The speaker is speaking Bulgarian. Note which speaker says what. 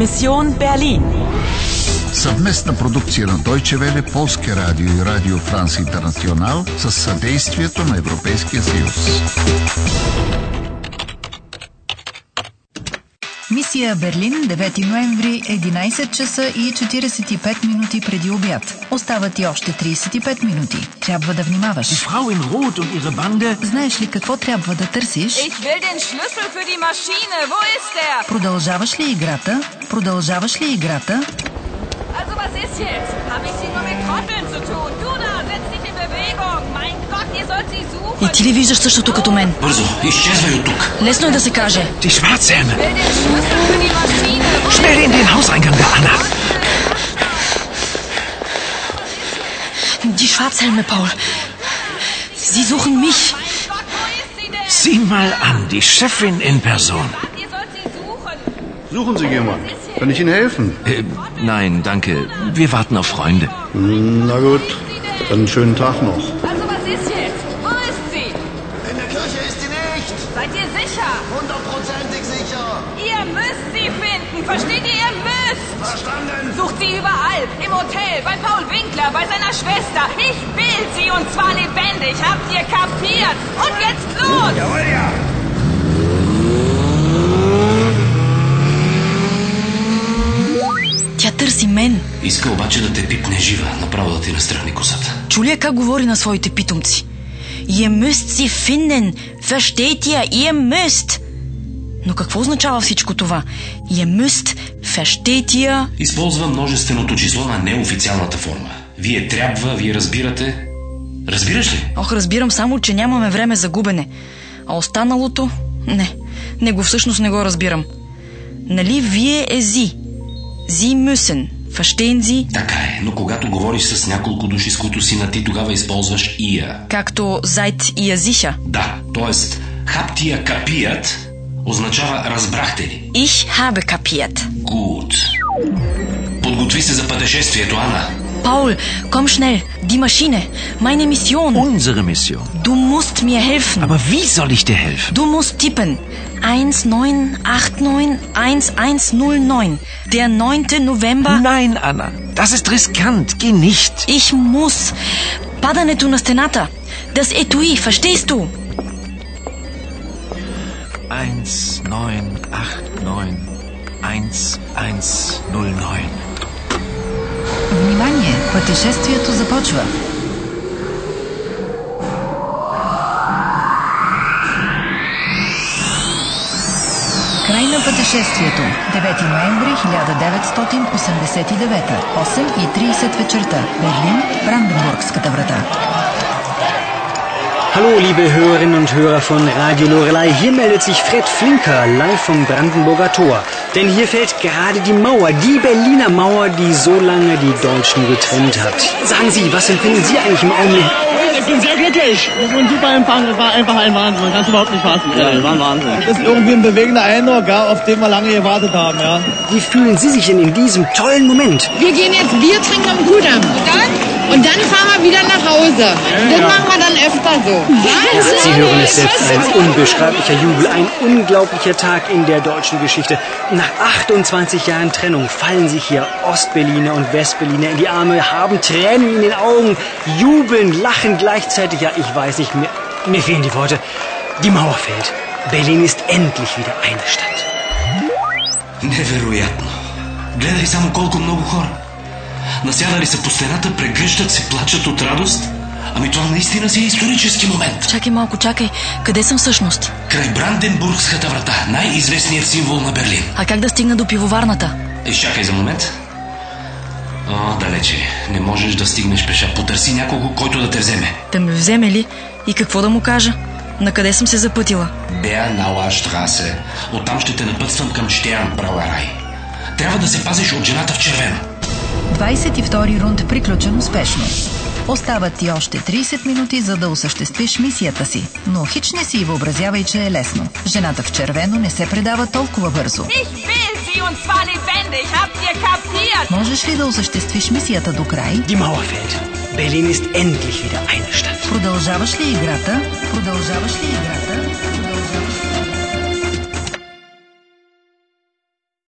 Speaker 1: Mission Berlin.
Speaker 2: Съвместна продукция на Deutsche Welle, Полския радио и Радио Франс Интернационал с съдействието на Европейския съюз.
Speaker 3: Мисия Берлин, 9 ноември, 11 часа и 45 минути преди обяд. Остават ти още 35 минути. Трябва да
Speaker 4: Die
Speaker 3: внимаваш.
Speaker 4: Frau in Rot und ihre Bande.
Speaker 3: Знаеш ли какво трябва да търсиш?
Speaker 5: Ich will den Schlüssel für die Maschine. Wo ist der?
Speaker 3: Продължаваш ли играта? Продължаваш ли играта?
Speaker 5: Also was ist jetzt? Hab ich sie nur mit Trotteln zu tun? Du da, setz dich in Bewegung. Mein Gott, ihr sollt sie suchen.
Speaker 6: И ти ли виждаш същото като мен?
Speaker 4: Бързо, изчезвай от тук.
Speaker 6: Лесно е да се каже.
Speaker 4: Die Schwarzärmel.
Speaker 5: Ich will den Schlüssel für die Maschine. Wo ist
Speaker 4: Schnell in den Hauseingang der Anna.
Speaker 6: Die Schwarzhelme, Paul. Sie suchen mich.
Speaker 5: mein Gott, wo ist sie denn?
Speaker 4: Sieh mal an, die Chefin in Person.
Speaker 5: Mann, ihr sollt sie suchen.
Speaker 7: Suchen Sie jemanden. Kann ich Ihnen helfen?
Speaker 4: Äh, nein, danke. Wir warten auf Freunde.
Speaker 7: Hm, Na gut, dann einen schönen Tag noch.
Speaker 5: Also was ist jetzt? Wo ist sie?
Speaker 8: In der Kirche ist sie nicht!
Speaker 5: Seid ihr sicher?
Speaker 8: Hundertprozentig sicher!
Speaker 5: Ihr müsst sie finden. Versteht ihr? Ihr müsst.
Speaker 8: Verstanden!
Speaker 5: Sucht sie überall. Im Hotel, bei Paul Winkler, bei seiner Schwester. Ich will sie und zwar lebendig. Habt ihr kapiert? Und jetzt los!
Speaker 8: Jawohl, ja!
Speaker 6: Тя търси мен.
Speaker 9: Иска обаче да те пипне жива, направо да ти настрани косата.
Speaker 6: Чули я как говори на своите питомци? е Ihr müsst sie finden. Versteht ihr? Ihr müsst. е Но какво означава всичко това? е Ihr müsst. Versteht ihr?
Speaker 9: Използва множественото число на неофициалната форма. Вие трябва, вие разбирате. Разбираш ли?
Speaker 6: Ох, разбирам само, че нямаме време за губене. А останалото? Не. Не го всъщност не го разбирам. Нали вие е зи? Зи мюсен. Verstehen Sie?
Speaker 9: Така е, но когато говориш с няколко души, с които си на ти, тогава използваш ия.
Speaker 6: Както зайт и язиха.
Speaker 9: Да, т.е. хаптия капият означава разбрахте ли.
Speaker 6: Ich habe kapiert.
Speaker 9: Гуд. Подготви се за пътешествието, Ана.
Speaker 6: Paul, komm schnell. Die Maschine. Meine Mission.
Speaker 4: Unsere Mission.
Speaker 6: Du musst mir helfen.
Speaker 4: Aber wie soll ich dir helfen?
Speaker 6: Du musst tippen. 19891109. Der 9. November.
Speaker 4: Nein, Anna. Das ist riskant. Geh nicht.
Speaker 6: Ich muss. Падането на стената. Das Etui, verstehst du?
Speaker 4: 1, 9, 8, 9, 1, 1, 0, 9.
Speaker 3: Внимание! Пътешествието започва. Край на пътешествието. 9 ноември 1989. 8.30 вечерта. Берлин, Бранденбургската врата.
Speaker 10: Hallo, liebe Hörerinnen und Hörer von Radio Lorelei. Hier meldet sich Fred Flinker live vom Brandenburger Tor. Denn hier fällt gerade die Mauer, die Berliner Mauer, die so lange die Deutschen getrennt hat. Sagen Sie, was empfinden Sie eigentlich im Augenblick?
Speaker 11: Ich bin sehr glücklich. Das war ein super Empfang. Das war einfach ein Wahnsinn. Man kann es überhaupt nicht fassen. Ja, das war ein Wahnsinn. Das ist irgendwie ein bewegender Eindruck, ja, auf den wir lange gewartet haben, ja.
Speaker 10: Wie fühlen Sie sich denn in diesem tollen Moment?
Speaker 5: Wir gehen jetzt Bier trinken am Kudamm. Und dann? Und dann fahren wir wieder nach Hause. das machen wir dann öfter so.
Speaker 10: Sie hören es selbst, ein unbeschreiblicher Jubel, ein unglaublicher Tag in der deutschen Geschichte. Nach 28 Jahren Trennung fallen sich hier Ostberliner und Westberliner in die Arme, haben Tränen in den Augen, jubeln, lachen gleichzeitig. Ja, ich weiß nicht, mir, mir fehlen die Worte. Die Mauer fällt. Berlin ist endlich wieder eine Stadt.
Speaker 9: Невероятно. Гледай само колко много хора. Насядали са по стената, прегръщат се, плачат от радост. Ами това наистина си е исторически момент.
Speaker 6: Чакай малко, чакай. Къде съм всъщност?
Speaker 9: Край Бранденбургската врата, най-известният символ на Берлин.
Speaker 6: А как да стигна до пивоварната?
Speaker 9: Изчакай за момент. О, далече. Не можеш да стигнеш пеша. Потърси някого, който да те вземе.
Speaker 6: Да ме вземе ли? И какво да му кажа? На къде съм се запътила?
Speaker 9: Беа нала штрасе. Оттам ще те напътствам към Штеан, Брауерай. Трябва да се пазиш от жената в червено.
Speaker 3: 22 рунд приключен успешно. Остават ти още 30 минути, за да осъществиш мисията си. Но хич не си и въобразявай, че е лесно. Жената в червено не се предава толкова бързо.
Speaker 5: Ich will sie und zwar lebendig. Habt ihr kapiert?
Speaker 3: Можеш ли да осъществиш мисията до край?
Speaker 10: Die Mauer fällt. Berlin ist endlich wieder eine Stadt.
Speaker 3: Продължаваш ли играта? Продължаваш ли играта? Продължаваш ли играта?